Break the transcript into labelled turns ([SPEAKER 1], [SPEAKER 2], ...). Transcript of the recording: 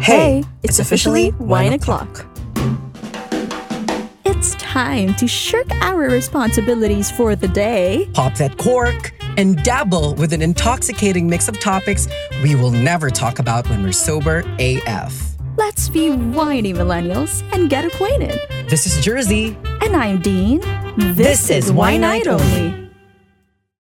[SPEAKER 1] Hey, it's officially wine o'clock.
[SPEAKER 2] It's time to shirk our responsibilities for the day.
[SPEAKER 1] Pop that cork and dabble with an intoxicating mix of topics we will never talk about when we're sober AF.
[SPEAKER 2] Let's be whiny millennials and get acquainted.
[SPEAKER 1] This is Jersey.
[SPEAKER 2] And I'm Dean.
[SPEAKER 1] This is Wine Night Only.